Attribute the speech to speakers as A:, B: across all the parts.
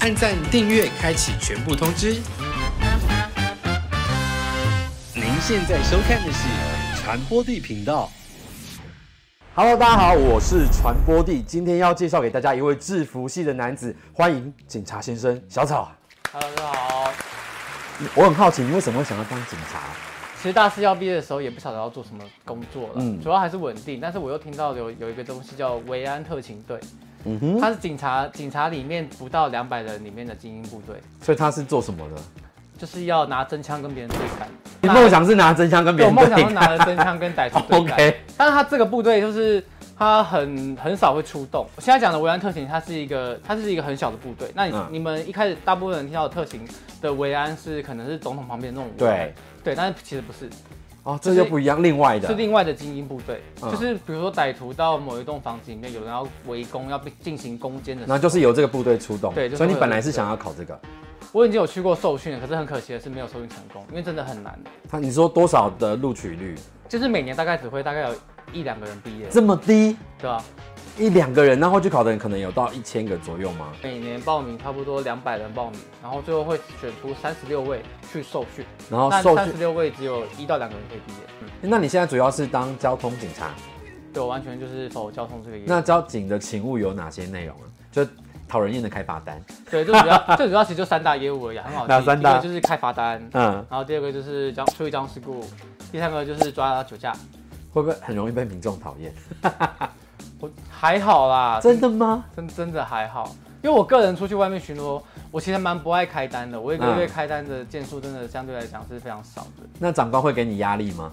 A: 按赞、订阅、开启全部通知。您现在收看的是传播地频道。
B: Hello，大家好，我是传播帝，今天要介绍给大家一位制服系的男子，欢迎警察先生小草。
C: Hello，大家好。
B: 我很好奇，你为什么会想要当警察？
C: 其实大四要毕业的时候，也不晓得要做什么工作了，
B: 嗯
C: 主要还是稳定。但是我又听到有有一个东西叫维安特勤队，
B: 嗯哼，
C: 它是警察警察里面不到两百人里面的精英部队，
B: 所以他是做什么的？
C: 就是要拿真枪跟别人对干。
B: 你梦想是拿真枪跟别
C: 对我
B: 人
C: 梦
B: 对
C: 想是拿着
B: 干。
C: 真枪跟歹徒对 干。
B: OK
C: 但是他这个部队就是他很很少会出动。我现在讲的维安特勤，它是一个它是一个很小的部队。那你、
B: 嗯
C: 你们一开始大部分人听到的特勤的维安是可能是总统旁边那种维安
B: 对
C: 对，但是其实不是，
B: 哦，这就不一样，另外的
C: 是。另外的精英部队，
B: 嗯
C: 就是比如说歹徒到某一栋房子里面，有人要围攻，要被进行攻坚的时
B: 然
C: 候。
B: 后就是由这个部队出动，
C: 对就是
B: 所以你
C: 会有
B: 本来
C: 这
B: 是
C: 个
B: 想要考这个，
C: 我已经有去过受训了，可是很可惜的是没有受训成功，因为真的很难。
B: 他你说多少的录取率
C: 就是每年大概只会大概有一两个人毕业，
B: 这么低，
C: 对吧、
B: 一两个人，然后去考的人可能有到一千个左右吗？
C: 每年报名差不多两百人报名，然后最后会选出三十六位去受训，
B: 然后
C: 那
B: 哦受
C: 三
B: 训
C: 十，六位只有一到两个人可以毕业。嗯，
B: 那你现在主要是当交通警察，
C: 对我完全就是否交通这个业务。
B: 那交警的勤务有哪些内容啊？就讨人厌的开罚单，
C: 对，最主要最主要其实就三大业务而已，啊很好记。
B: 哪三大
C: 第一个就是开罚单，
B: 嗯，
C: 然后第二个就是交处理交通事故，第三个就是抓酒驾。
B: 会不会很容易被民众讨厌？
C: 我还好啦，
B: 真的吗？
C: 真真的还好，因为我个人出去外面巡逻，我其实蛮不爱开单的，我一个月
B: 嗯
C: 开单的件数真的相对来讲是非常少的。
B: 那长官会给你压力吗？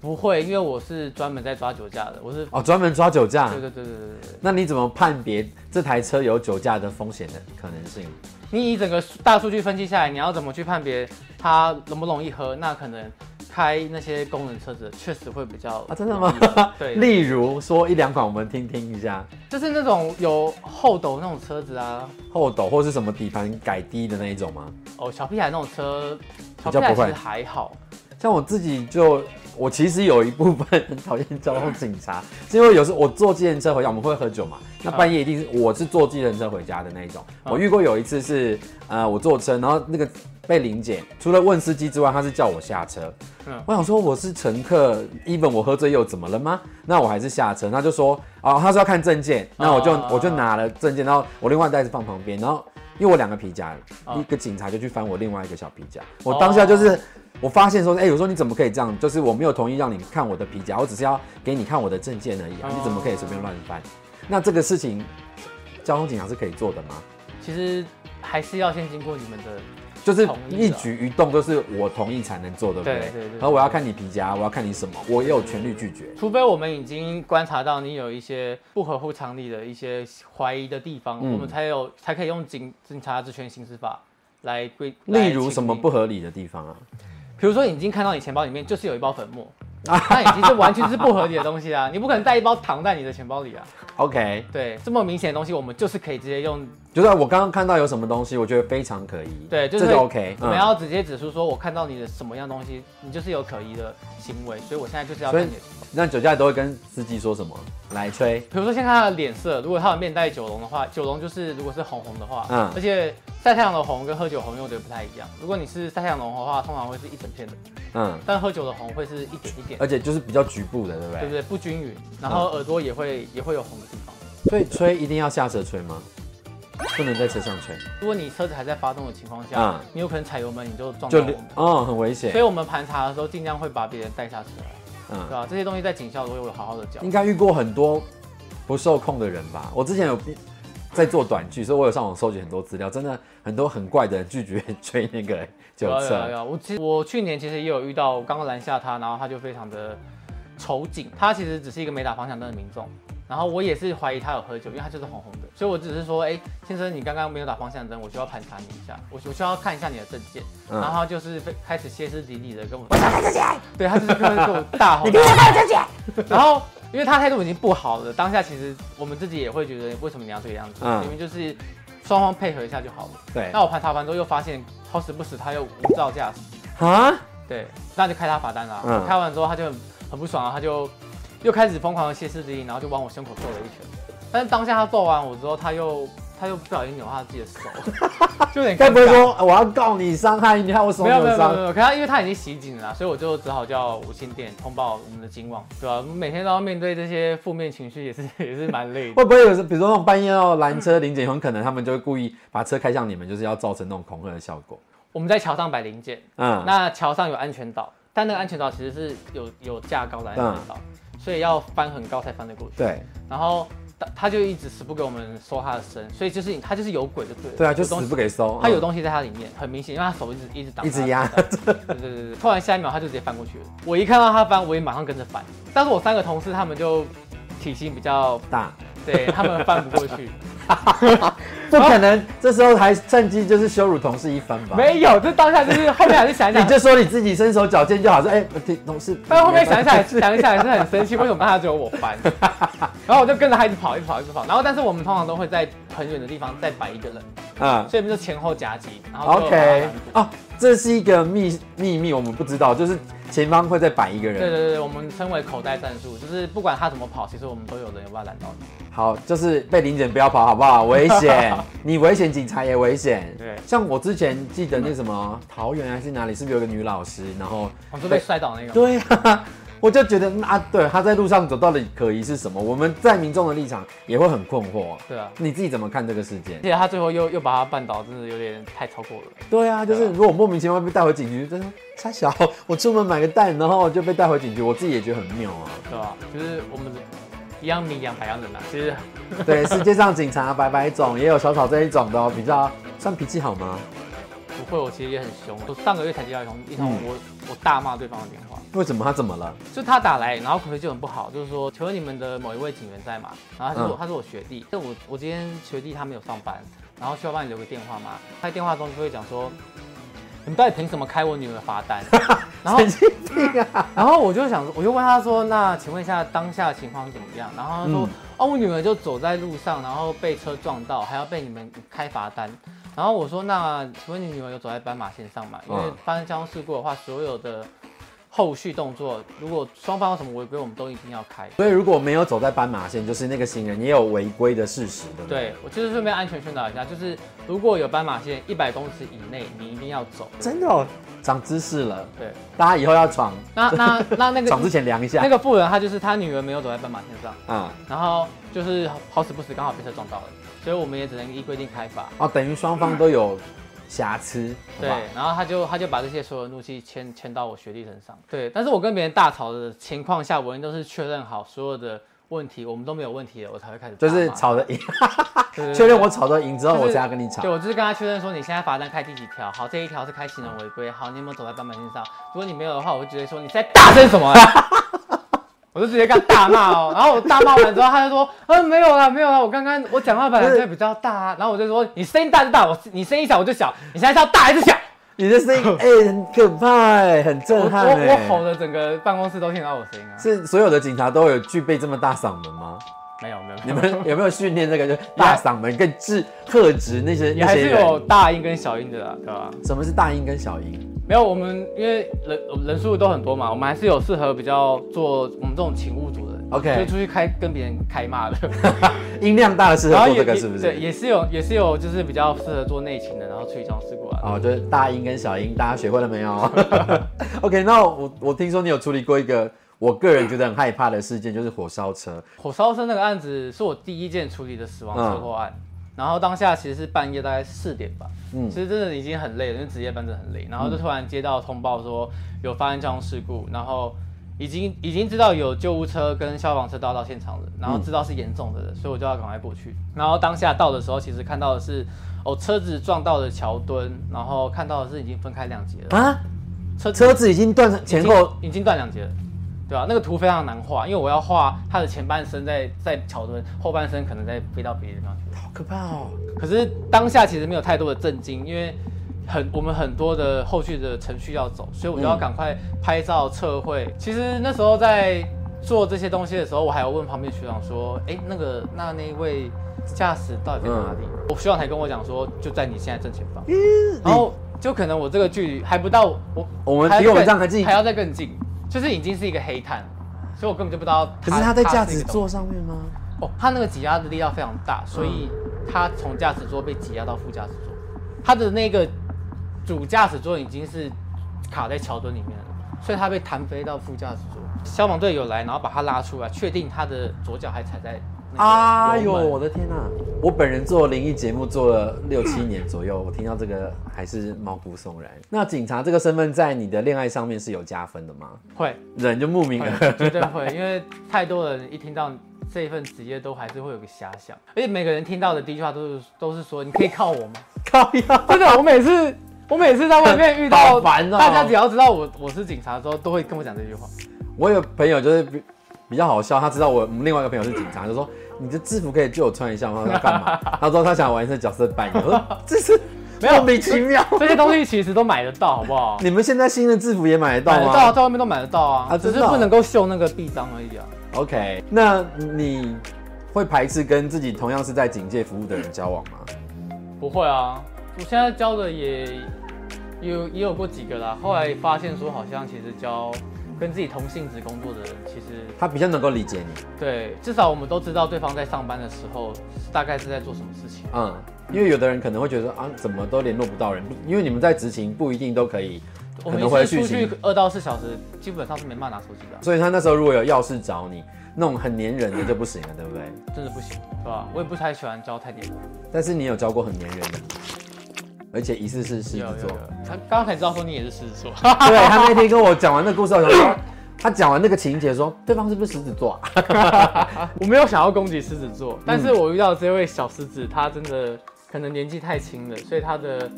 C: 不会，因为我是专门在抓酒驾的，我是。
B: 哦，专门抓酒驾
C: 对。对对对对对对，
B: 那你怎么判别这台车有酒驾的风险的可能性？
C: 你以整个大数据分析下来，你要怎么去判别它容不容易喝？那可能开那些功能车子确实会比较
B: 啊，真的吗
C: 容易喝？对，
B: 例如说一两款，我们听听一下，
C: 就是那种有后斗那种车子啊，
B: 后斗或是什么底盘改低的那一种吗？
C: 哦，小屁孩那种车，
B: 比
C: 小
B: 较
C: 屁
B: 不
C: 孩其
B: 会
C: 实还好，
B: 像我自己就，我其实有一部分很讨厌交通警察， 是因为有时候我坐计程车回家，我们会喝酒嘛，那半夜一定是我是坐计程车回家的那一种。我遇过有一次是，呃，我坐车，然后那个被临检，除了问司机之外，他是叫我下车。
C: 嗯
B: 我想说我是乘客，even 我喝醉又怎么了吗？那我还是下车。他就说，哦，他说要看证件，那我就、
C: 哦
B: 我就拿了证件，然后我另外袋子放旁边，然后因为我两个皮夹，
C: 哦
B: 一个警察就去翻我另外一个小皮夹，我当下就是。我发现说，哎、我说你怎么可以这样？就是我没有同意让你看我的皮夹，我只是要给你看我的证件而已啊！
C: 哦
B: 你怎么可以随便乱翻？那这个事情，交通警察是可以做的吗？
C: 其实还是要先经过你们的。
B: 就是
C: 同意的啊
B: 一举一动都是我同意才能做，对不对？
C: 对对对对
B: 然后我要看你皮夹，我要看你什么，我也有权利拒绝。
C: 除非我们已经观察到你有一些不合乎常理的一些怀疑的地方，
B: 嗯
C: 我们才有才可以用警警察职权行使法来规。
B: 例
C: 来
B: 如
C: 请
B: 什么
C: 你
B: 不合理的地方啊？
C: 比如说，你已经看到你钱包里面就是有一包粉末，那已经是完全是不合理的东西啊！你不可能带一包糖在你的钱包里啊。
B: OK，
C: 对，这么明显的东西，我们就是可以直接用，
B: 就是我刚刚看到有什么东西，我觉得非常可疑，
C: 对，就是
B: 这就 OK。嗯
C: 我们要直接指出说，我看到你的什么样东西，你就是有可疑的行为，所以我现在就是要
B: 所
C: 看
B: 以
C: 你的。
B: 那酒驾都会跟司机说什么？来吹，
C: 比如说，先看他的脸色，如果他有面带酒容的话，酒容就是如果是红红的话，
B: 嗯
C: 而且晒太阳的红跟喝酒红又有点不太一样。如果你是晒太阳红的话，通常会是一整片的，
B: 嗯，
C: 但喝酒的红会是一点一点，
B: 而且就是比较局部的，对不
C: 对
B: 对
C: 不？对？不均匀，然
B: 嗯
C: 后耳朵也会也会有红的地方。
B: 所以吹一定要下车吹吗？不能在车上吹，
C: 如果你车子还在发动的情况下，
B: 嗯
C: 你有可能踩油门你就撞到
B: 就
C: 我们。
B: 哦很危
C: 所
B: 险。
C: 以我们盘查的时候，尽量会把别人带下车来，对
B: 嗯，
C: 吧、这些东西在警校都有好好的教。
B: 应该遇过很多不受控的人吧？我之前有在做短剧，所以我有上网搜集很多资料，真的很多很怪的人拒绝吹那个酒
C: 有啊有啊有
B: 测。
C: 啊，我其实我去年其实也有遇到，我刚刚拦下他，然后他就非常的仇警，他其实只是一个没打方向灯的民众，然后我也是怀疑他有喝酒，因为他就是红红的，所以我只是说，哎、先生，你刚刚没有打方向灯，我需要盘查你一下，我我需要看一下你的证件，
B: 嗯
C: 然后他就是被开始歇斯底里的跟我，我看证件，对他就是跟我大 吼，你给我证件，然后。因为他态度已经不好了，当下其实我们自己也会觉得，为什么你要这个样子？
B: 嗯哎
C: 明明就是双方配合一下就好了。
B: 对
C: 那我盘查完之后又发现，好死不死他又无照驾驶，
B: 啊，
C: 对，那就开他罚单啦。
B: 嗯
C: 开完之后他就很很不爽啊，他就又开始疯狂的歇斯底里，然后就往我胸口揍了一拳。但是当下他揍完我之后，他又他又不小心扭到他自己的手，就有点
B: 该不会
C: 尴尬
B: 说我要告你伤害你，害啊我手
C: 没有没
B: 扭
C: 有没有没
B: 伤？
C: 有，可他因为他已经袭警了啦，所以我就只好叫五星店通报我们的警网，对吧、我们每天都要面对这些负面情绪，也是也是蛮累的。
B: 会不会有时比如说那种半夜要拦车临检，很可能他们就会故意把车开向你们，就是要造成那种恐吓的效果。
C: 我们在桥上摆零件，
B: 嗯，
C: 那桥上有安全岛，但那个安全岛其实是有有架高的安全岛，所以要翻很高才翻得过去。
B: 对
C: 然后他他就一直死不给我们收他的身，所以就是他就是有鬼就对了。
B: 对啊，就
C: 有东
B: 死不给收。
C: 他
B: 嗯
C: 有东西在他里面，很明显，因为他手一直一直挡，
B: 一直压
C: 挡挡挡对对对对，突然下一秒他就直接翻过去了。我一看到他翻，我也马上跟着翻。但是我三个同事他们就体型比较，
B: 大，
C: 对他们翻不过 去，
B: 不可能这时候还趁机就是羞辱同事一番吧？
C: 没有，这当下就是后面还是想一
B: 你
C: 想，
B: 就说你自己身手矫健就好，说哎，对同事。
C: 但后面想一想，想一想也是很生气，为什么当下只有我 翻？然后我就跟着他一直跑，一直跑，一直跑。然后但是我们通常都会在很远的地方再摆一个人，
B: 嗯
C: 所以我们就前后夹击，然后就把他拦
B: OK，
C: 住
B: 哦，这是一个秘秘密，我们不知道，就是前方会再摆一个
C: 对
B: 人。
C: 对对，我们称为口袋战术，就是不管他怎么跑，其实我们都有人有办法拦到你。
B: 好，就是被临检不要跑，好不好？危 险，你危险，警察也危险。
C: 对嗯
B: 像我之前记得那什么桃园还是哪里，是不是有个女老师？然后
C: 我们就被摔倒那个。
B: 对啊，我就觉得嗯啊，对，她在路上走到底可疑是什么？我们在民众的立场也会很困惑。
C: 对啊，
B: 你自己怎么看这个事件
C: 而？且他最后又又把他绊倒，真的有点太超过了。
B: 对啊，就是
C: 对啊
B: 如果莫名其妙被带回警局，真的差小，我出门买个蛋，然后就被带回警局，我自己也觉得很妙 啊。
C: 对吧？就是我们一样米养百样人啊，其实
B: 对，世界上警察百百种，也有小草这一种的哦，比较算脾气好吗？
C: 不会，我其实也很凶。我上个月才接到一通一通
B: 嗯
C: 我、我大骂对方的电话，
B: 为什么他怎么了？
C: 就他打来，然后口气就很不好，就是说，请问你们的某一位警员在吗？然后他是我、
B: 嗯
C: 他是我学弟，但我我今天学弟他没有上班，然后需要帮你留个电话吗？他在电话中就会讲说， 你们到底凭什么开我女儿罚单？然后
B: 神经病啊！
C: 然后我就想，我就问他说：“那请问一下当下的情况怎么样？”然后他说：“
B: 嗯
C: 哦，我女儿就走在路上，然后被车撞到，还要被你们开罚单。”然后我说：“那请问你女儿有走在斑马线上吗？因为
B: 嗯
C: 发生交通事故的话，所有的后续动作，如果双方有什么违规，我们都一定要开。
B: 所以如果没有走在斑马线，就是那个行人也有违规的事实，对不对？
C: 对我就是顺便安全宣导一下，就是如果有斑马线一百公尺以内，你一定要走。
B: 真的、哦，长知识了，
C: 对，
B: 大家以后要闯，
C: 那那那那
B: 闯之
C: 个
B: 前量一下
C: 那个妇人，她就是她女儿没有走在斑马线上。”
B: 啊、
C: 然后就是好死不死刚好被车撞到了，所以我们也只能依规定开罚。
B: 哦，等于双方都有瑕疵，
C: 对
B: 好吧，
C: 然后他就他就把这些所有怒气牵牵到我学弟身上。对，但是我跟别人大吵的情况下，我们都是确认好所有的问题，我们都没有问题了，我才会开始
B: 就是
C: 大骂
B: 吵得赢，
C: 对对对
B: 确认我吵得赢之后，
C: 就是
B: 我才要跟你吵
C: 对，。我就是跟他确认说你现在罚单开第几条？好，这一条是开行人违规。好，你有没有走在斑马线上？如果你没有的话，我会直接说你在大声什么啊、 我就直接跟他大骂哦。然后我大骂完之后，他就说，嗯、没有啦，没有啦，我刚刚我讲话本来就比较大啊。然后我就说你声音大就大，我你声音小我就小，你现在是要大还是小？
B: 你的声音 哎、很可怕、哎，很
C: 我
B: 震撼、
C: 我
B: 哎。
C: 我吼的整个办公室都听到我声音啊。
B: 是所有的警察都有具备这么大嗓门 吗？
C: 没有没有，
B: 你
C: 没有
B: 们 有没有训练这个？就大嗓门跟制喝止那些
C: 也
B: 那
C: 还
B: 些
C: 是
B: 人？
C: 有大音跟小音的啦，对吧？
B: 什么是大音跟小音？
C: 没有，我们因为人人数都很多嘛，我们还是有适合比较做我们这种勤务组的人
B: OK
C: 就是出去开跟别人开骂 的，
B: 音量大的适合做这个
C: 也
B: 是不
C: 对，
B: 是？
C: 也是有也是有就是比较适合做内勤的，然后处理交通事故啊。
B: 哦，就是大音跟小音，大家学会了 没有？OK，那我我听说你有处理过一个我个人觉得很害怕的事件，就是火烧车。
C: 火烧车那个案子是我第一件处理的死亡车祸案，然后当下其实是半夜大概四点吧，
B: 嗯
C: 其实真的已经很累了，因为值夜班真的很累，然后就突然接到通报说有发生交通事故，然后已经已经知道有救护车跟消防车都要到现场了，然后
B: 嗯
C: 知道是严重的了，所以我就要赶快过去，然后当下到的时候，其实看到的是哦车子撞到了桥墩，然后看到的是已经分开两截了，
B: 啊，
C: 车子
B: 车子已经断成前后，
C: 已经断两截了，对啊，那个图非常难画，因为我要画它的前半身在在桥墩，后半身可能在飞到别的地方去。
B: 好可怕哦！
C: 可是当下其实没有太多的震惊，因为很我们很多的后续的程序要走，所以我就要
B: 嗯
C: 赶快拍照测绘。其实那时候在做这些东西的时候，我还要问旁边学长说：“哎、那个那那一位驾驶到底在哪里？”
B: 嗯
C: 我学长才跟我讲说：“就在你现在正前 方。”然后就可能我这个距离还不到我，
B: 我们
C: 还要
B: 比我们
C: 更
B: 这样还近
C: 还要再更近，就是已经是一个黑炭，所以我根本就不知道。
B: 可是他在驾
C: 是一
B: 驶
C: 个
B: 座上面吗？
C: 哦，它那个挤压的力道非常大，所以他从驾驶座被挤压到副驾驶座，他的那个主驾驶座已经是卡在桥墩里面了，所以他被弹飞到副驾驶座。消防队有来，然后把他拉出来，确定他的左脚还踩在那个
B: 啊
C: 油
B: 哟，
C: 门
B: 我的天呐、我本人做灵异节目做了六七年左右，我听到这个还是毛骨悚然。那警察这个身份在你的恋爱上面是有加分的吗？
C: 会
B: 人就慕名 而
C: 会绝对会，因为太多人一听到这一份职业，都还是会有个遐想，而且每个人听到的第一句话都是都是说：“你可以靠我吗？”
B: 靠呀！
C: 真的，我每次我每次在外面遇
B: 好
C: 到，
B: 烦哦
C: 大家只要知道我我是警察之后，都会跟我讲这句话。
B: 我有朋友就是比比较好笑，他知道我我们另外一个朋友是警察，就说你的制服可以借我穿一下吗？我说干 嘛？他说他想玩一次角色扮演。我说这是
C: 没有
B: 莫名其妙。
C: 这些东西其实都买得到，好不好？
B: 你们现在新的制服也 买得到
C: 买
B: 吗
C: 得到，在外面都买得到啊，
B: 啊
C: 只
B: 真
C: 是
B: 的啊
C: 不能够秀那个臂章而已啊。
B: OK，那你会排斥跟自己同样是在警界服务的人交往吗？
C: 不会啊，我现在教的也也有也有过几个啦，后来发现说好像其实教跟自己同性质工作的人，其实
B: 他比较能够理解你，
C: 对，至少我们都知道对方在上班的时候大概是在做什么事情。
B: 嗯，因为有的人可能会觉得说啊，怎么都联络不到人，因为你们在执勤不一定都可以，
C: 我
B: 可
C: 们
B: 能会
C: 一次
B: 去
C: 出去
B: 行，
C: 二到四小时，基本上是没办法拿手机的啊、
B: 所以他那时候如果有要事找你，那种很黏人的就不行了，对不对？
C: 真的不行，对吧？我也不太喜欢教太黏人。
B: 但是你有教过很黏人的，而且疑似是狮
C: 有
B: 子
C: 有
B: 座
C: 有，，他刚刚才知道说你也是狮子座，
B: 对他那天跟我讲完那个故事，我想说。他讲完那个情节，说对方是不是狮子座 啊？
C: 我没有想要攻击狮子座，
B: 嗯
C: 但是我遇到这位小狮子，他真的可能年纪太轻了，所以他的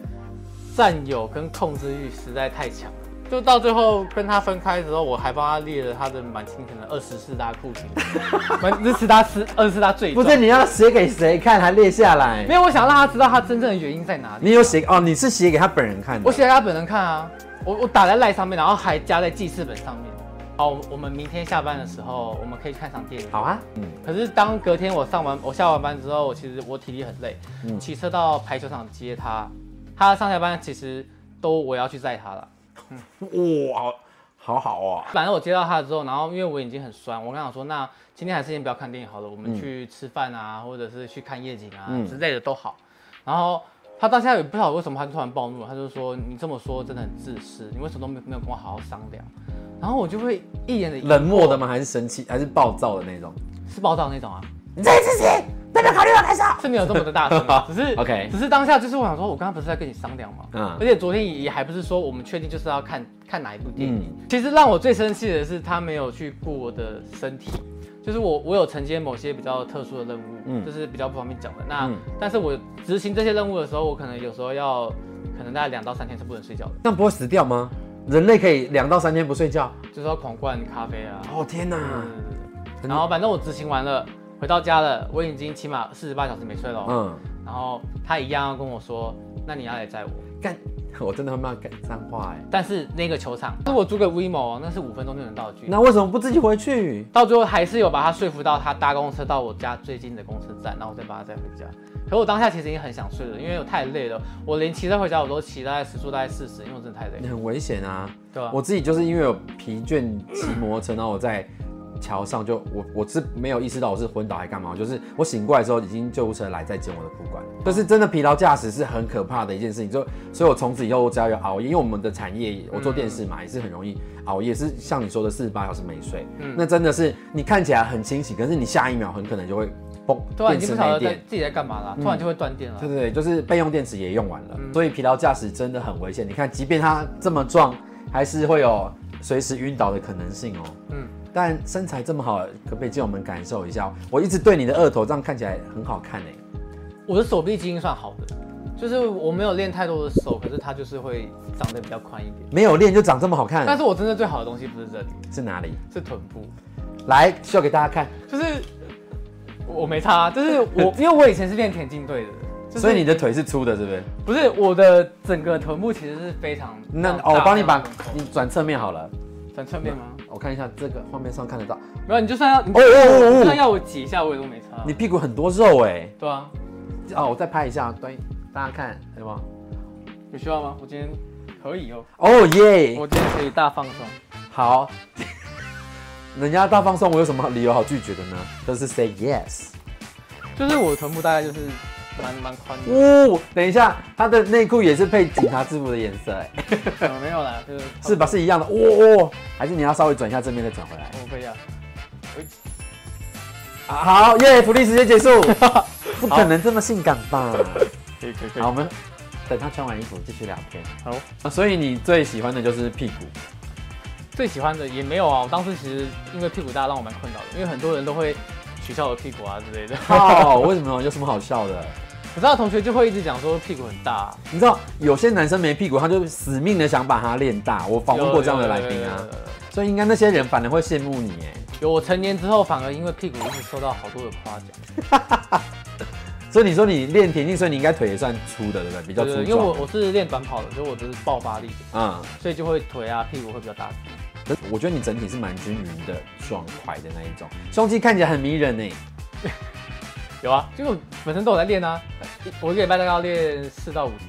C: 占有跟控制欲实在太强了。就到最后跟他分开的时候，我还帮他列了他的满清可能二十四大酷 刑，满这是他四二十四大罪
B: 不
C: 状。
B: 是你要写给谁看，还列下来
C: 没？有，我想让他知道他真正的原因在哪里。
B: 你有写哦？你是写给他本人看的？
C: 我写给他本人看啊，我我打在赖上面，然后还加在记事本上面。好，我我们明天下班的时候，我们可以去看场电影。
B: 好啊，嗯，
C: 可是当隔天我上完我下完班之后，我其实我体力很累，
B: 嗯
C: 骑车到排球场接他，他上下班其实都我要去载他了。
B: 哇，好好哦，
C: 反正我接到他之后，然后因为我眼睛很酸，我跟他讲说，那今天还是先不要看电影好了，我们去吃饭啊，或者是去看夜景啊、
B: 嗯
C: 之类的都好。然后他到现在也不晓得为什么他就突然暴怒，他就说你这么说真的很自私，你为什么都没没有跟我好好商量？然后我就会一脸的
B: 冷漠的吗？还是生气？还是暴躁的那种？
C: 是暴躁那种啊，
B: 你这次谁？代表考虑我开少？
C: 是没有这么的大声啊，只是
B: OK
C: 只是当下就是我想说，我刚刚不是在跟你商量吗？
B: 嗯
C: 而且昨天也还不是说我们确定就是要看看哪一部电影。
B: 嗯
C: 其实让我最生气的是他没有去顾我的身体，就是我我有承接某些比较特殊的任务，
B: 嗯
C: 这是比较不方便讲的。那、
B: 嗯
C: 但是我执行这些任务的时候，我可能有时候要可能大概两到三天是不能睡觉的，
B: 那不会死掉吗？人类可以两到三天不睡觉？
C: 就是要狂灌咖啡啊。
B: 哦天哪！
C: 嗯，然后反正我执行完了，回到家了，我已经起码四十八小时没睡了哦。
B: 嗯，
C: 然后他一样要跟我说，那你要来载我。
B: 干， 我真的很怕干脏话哎。
C: 但是那个球场，是我租给 WeMo，那是五分钟就能到的距离。
B: 那为什么不自己回去？
C: 到最后还是有把他说服到他搭公车到我家最近的公车站，然后我再把他载回家。可我当下其实已经很想睡了，因为我太累了，我连骑车回家我都骑大概时速大概四十，因为我真的太累
B: 你
C: 了。
B: 很危险啊！
C: 对吧、
B: 我自己就是因为有疲倦骑摩托车，然后我在桥上就我我是没有意识到我是昏倒还干嘛，我就是我醒过来之后已经救护车来再接我的裤管，就是真的疲劳驾驶是很可怕的一件事情，就所以我从此以后我只要有熬夜，因为我们的产业我做电视
C: 嗯
B: 嘛、也是很容易熬夜，是像你说的四十八小时没睡，
C: 嗯
B: 那真的是你看起来很清醒，可是你下一秒很可能就会崩
C: 突然
B: 电
C: 已
B: 池
C: 啊经不晓
B: 没
C: 得在
B: 电。
C: 自己在干嘛
B: 嗯
C: 了，突然就会断电了。
B: 对对对，就是备用电池也用完了，所
C: 嗯
B: 以疲劳驾驶真的很危险。你看，即便他这么壮，还是会有随时晕倒的可能性哦。
C: 嗯，
B: 但身材这么好，可不可以借我们感受一下？我一直对你的二头这样看起来很好看哎。
C: 我的手臂基因算好的，就是我没有练太多的手，可是它就是会长得比较宽一点。
B: 没有练就长这么好看，
C: 但是我真正最好的东西不是这里，
B: 是哪里？
C: 是臀部。
B: 来秀给大家看。
C: 就是我我没差，就是 我因为我以前是练田径队的，就是、
B: 所以你的腿是粗的，是不是？
C: 不是我的整个臀部其实是非常
B: 那
C: 大
B: 哦，我帮你把
C: 大的
B: 你转侧面好了，
C: 转侧面吗？
B: 我看一下这个画面上看得到，
C: 没有，你就算要你
B: 哦哦哦哦
C: 就算要我挤一下我也都没差。
B: 你屁股很多肉哎。
C: 对啊，
B: 哦，我再拍一下，对，大家看，有吗？
C: 有需要吗？我今天可以哦，
B: 哦耶！
C: 我今天可以大放松。
B: 好，人家大放送，我有什么理由好拒绝的呢？就是 say yes。
C: 就是我的臀部大概就是蛮蛮宽的。
B: 哦，等一下，他的内裤也是配警察制服的颜色、哎，
C: 嗯没有啦，就是
B: 是吧？是一样的。哦哦，还是你要稍微转一下正面再转回来。
C: 我可以啊。
B: 啊、好，耶，福利时间结 束。不可能这么性感吧？
C: 可以可以可
B: 好，我们等他穿完衣服继续聊天。
C: 好，
B: 啊所以你最喜欢的就是屁 股。
C: 最喜欢的也没有啊，我当时其实因为屁股大让我蛮困扰的，因为很多人都会取笑我屁股啊之类的。
B: 靠，为什么？有什么好笑的？
C: 可是他的同学就会一直讲说屁股很大、啊，
B: 你知道有些男生没屁股，他就死命的想把它练大。我访问过这样的来宾
C: 有
B: 啊
C: 有有，有有
B: 所以应该那些人反而会羡慕你哎。
C: 有我成年之后反而因为屁股一直受到好多的夸奖，
B: 所以你说你练田径，所以你应该腿也算粗的，对不对？比较粗
C: 对
B: 壮。
C: 因为我我是练短跑的，所以我就是爆发力，
B: 嗯，
C: 所以就会腿啊屁股会比较大。
B: 可是我觉得你整体是蛮均匀的爽快的那一种，胸肌看起来很迷人呢。
C: 有啊，就我本身都有在练啊，我一个礼拜大概要练四到五天，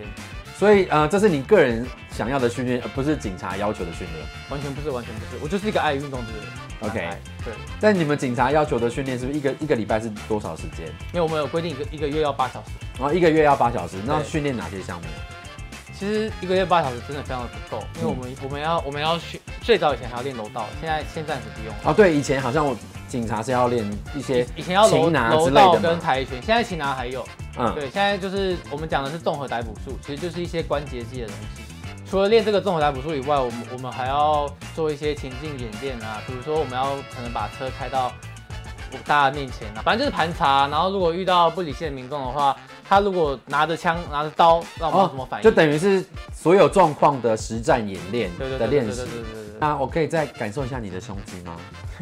B: 所以呃，这是你个人想要的训练，而呃不是警察要求的训练。
C: 完全不是完全不是，我就是一个爱运动的人。
B: OK
C: 爱对，
B: 但你们警察要求的训练是不是一个一个礼拜是多少时间？
C: 因为我们有规定一个一个月要八小时，
B: 然后一个月要八小时，那
C: 对
B: 训练哪些项目？
C: 其实一个月八小时真的非常的不够，因为我
B: 嗯
C: 们、我们要我们要去最早以前还要练柔道，现在现在暂时不用。
B: 哦，对，以前好像我警察是要练一些
C: 以前要柔
B: 擒拿
C: 柔
B: 之类
C: 道
B: 的
C: 跟
B: 嘛，
C: 跆拳，现在擒拿还有。
B: 嗯，
C: 对，现在就是我们讲的是综合逮捕术，其实就是一些关节技的东西。除了练这个综合逮捕术以外，我们我们还要做一些情境演练啊，比如说我们要可能把车开到大家面前啊，反正就是盘查。然后如果遇到不理性的民众的话，他如果拿着枪拿着刀，那我们要怎么反应？
B: 哦就等于是所有状况的实战演练
C: 对对
B: 的
C: 对
B: 练
C: 对
B: 习
C: 对。对 对对
B: 那我可以再感受一下你的胸肌吗？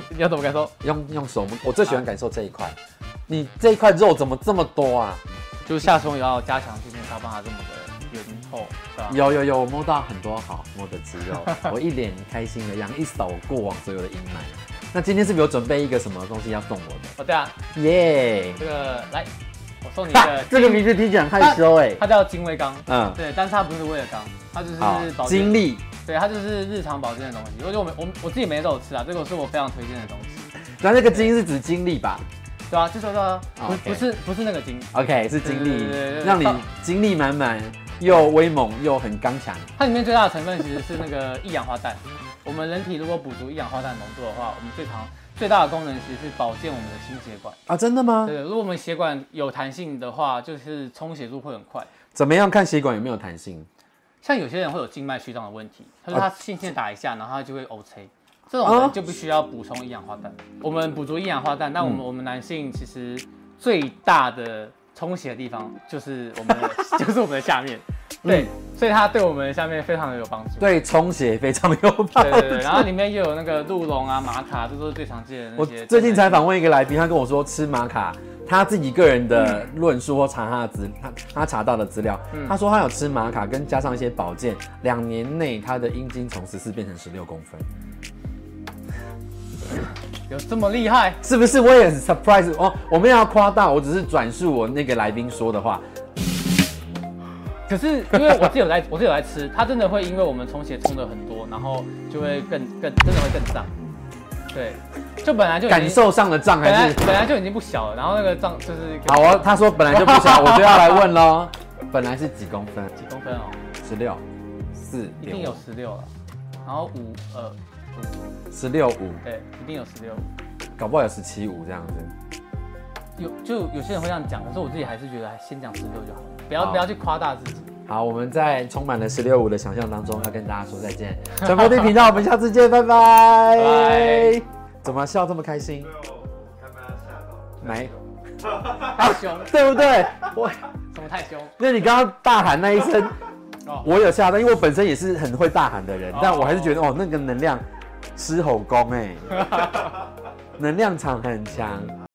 C: 对，要怎么感受？
B: 用用手，我最喜欢感受这一块。你这一块肉怎么这么多啊？
C: 就是下胸也要加强训练，才有办法这么的圆透，是吧？
B: 有有有，我摸到很多好摸的肌 肉，我一脸开心的样，一扫过往所有的阴霾。那今天是不是有准备一个什么东西要送我的？
C: 哦，对啊，
B: 耶、
C: 这个来，我送你一
B: 哈，
C: 个
B: 这个名字听起来很害羞哎、
C: 它叫精卫钢。
B: 嗯，
C: 对，但是它不是为了刚，它就是
B: 好，
C: 保健
B: 经，历，
C: 对，它就是日常保健的东西。而且我们我我自己每天都有吃啊，这个是我非常推荐的东西。
B: 然后那个经是指经历吧
C: 对啊，就是说，
B: 啊
C: 不、
B: OK 啊
C: 不是不是那个精，
B: ？OK，是经
C: 对对对
B: 历，
C: 对
B: 让你
C: 到
B: 精力满满，又威猛又很刚强。
C: 它里面最大的成分其实是那个一氧化氮。我们人体如果补足一氧化氮浓度的话，我们最常最大的功能其实是保健我们的心血管。
B: 啊，真的吗？
C: 对，如果我们血管有弹性的话，就是充血速会很快。
B: 怎么样看血管有没有弹性？
C: 像有些人会有静脉曲张的问题，
B: 哦
C: 他说他线线打一下，然后他就会 O C，这
B: 啊
C: 种人就必须要补充一氧化氮。我们补足一氧化氮，那我
B: 嗯
C: 们、我们男性其实最大的充血的地方就是 我们的就是我们的下面，对，所以它对我们的下面非常的有帮助。
B: 嗯对，充血非常有帮
C: 对 对对，
B: 助
C: 然后里面又有那个鹿茸啊、玛卡，这都是最常见的那
B: 我
C: 些。
B: 最近才访问一个来宾，他跟我说吃玛卡，他自己个人的论述或查他的资，他他查到的资料，
C: 嗯
B: 他说他有吃玛卡，跟加上一些保健，两年内他的阴茎从十四变成十六公分，
C: 有这么厉害，
B: 是不是？我也很 surprise 哦，我没有要夸大，我只是转述我那个来宾说的话。
C: 可是因为我自己有在， 我自己有在吃，它真的会因为我们充血充的很多，然后就会更更真的会更胀。对，就本来就已经
B: 感受上的障
C: 本
B: 还
C: 来
B: 是
C: 本来就已经不小了，然后那个胀就是
B: 好啊。他说本来就不小，我就要来问 喽。本来是几公分？
C: 几公分哦，
B: 十六，四
C: 一定
B: 点
C: 有
B: 五，
C: 十六了，然后五二五，
B: 十六五，
C: 对，一定有十六。
B: 搞不好有十七五这样子。
C: 有就有些人会这样讲，可是我自己还是觉得先讲十六就好了，不
B: 好
C: 要不要去夸大自己。
B: 好，我们在充满了十六五的想象当中，要跟大家说再 见。传播地频道，我们下次见，拜拜。
C: 拜
B: 怎么笑这么开心？没，
C: 太凶，
B: 对不对？我，
C: 什么太 凶？
B: 那你刚刚大喊那一声，
C: 哦
B: 我有吓到，因为我本身也是很会大喊的人，
C: 哦
B: 但我还是觉得哦， 那个能量狮吼功哎、能量场很强。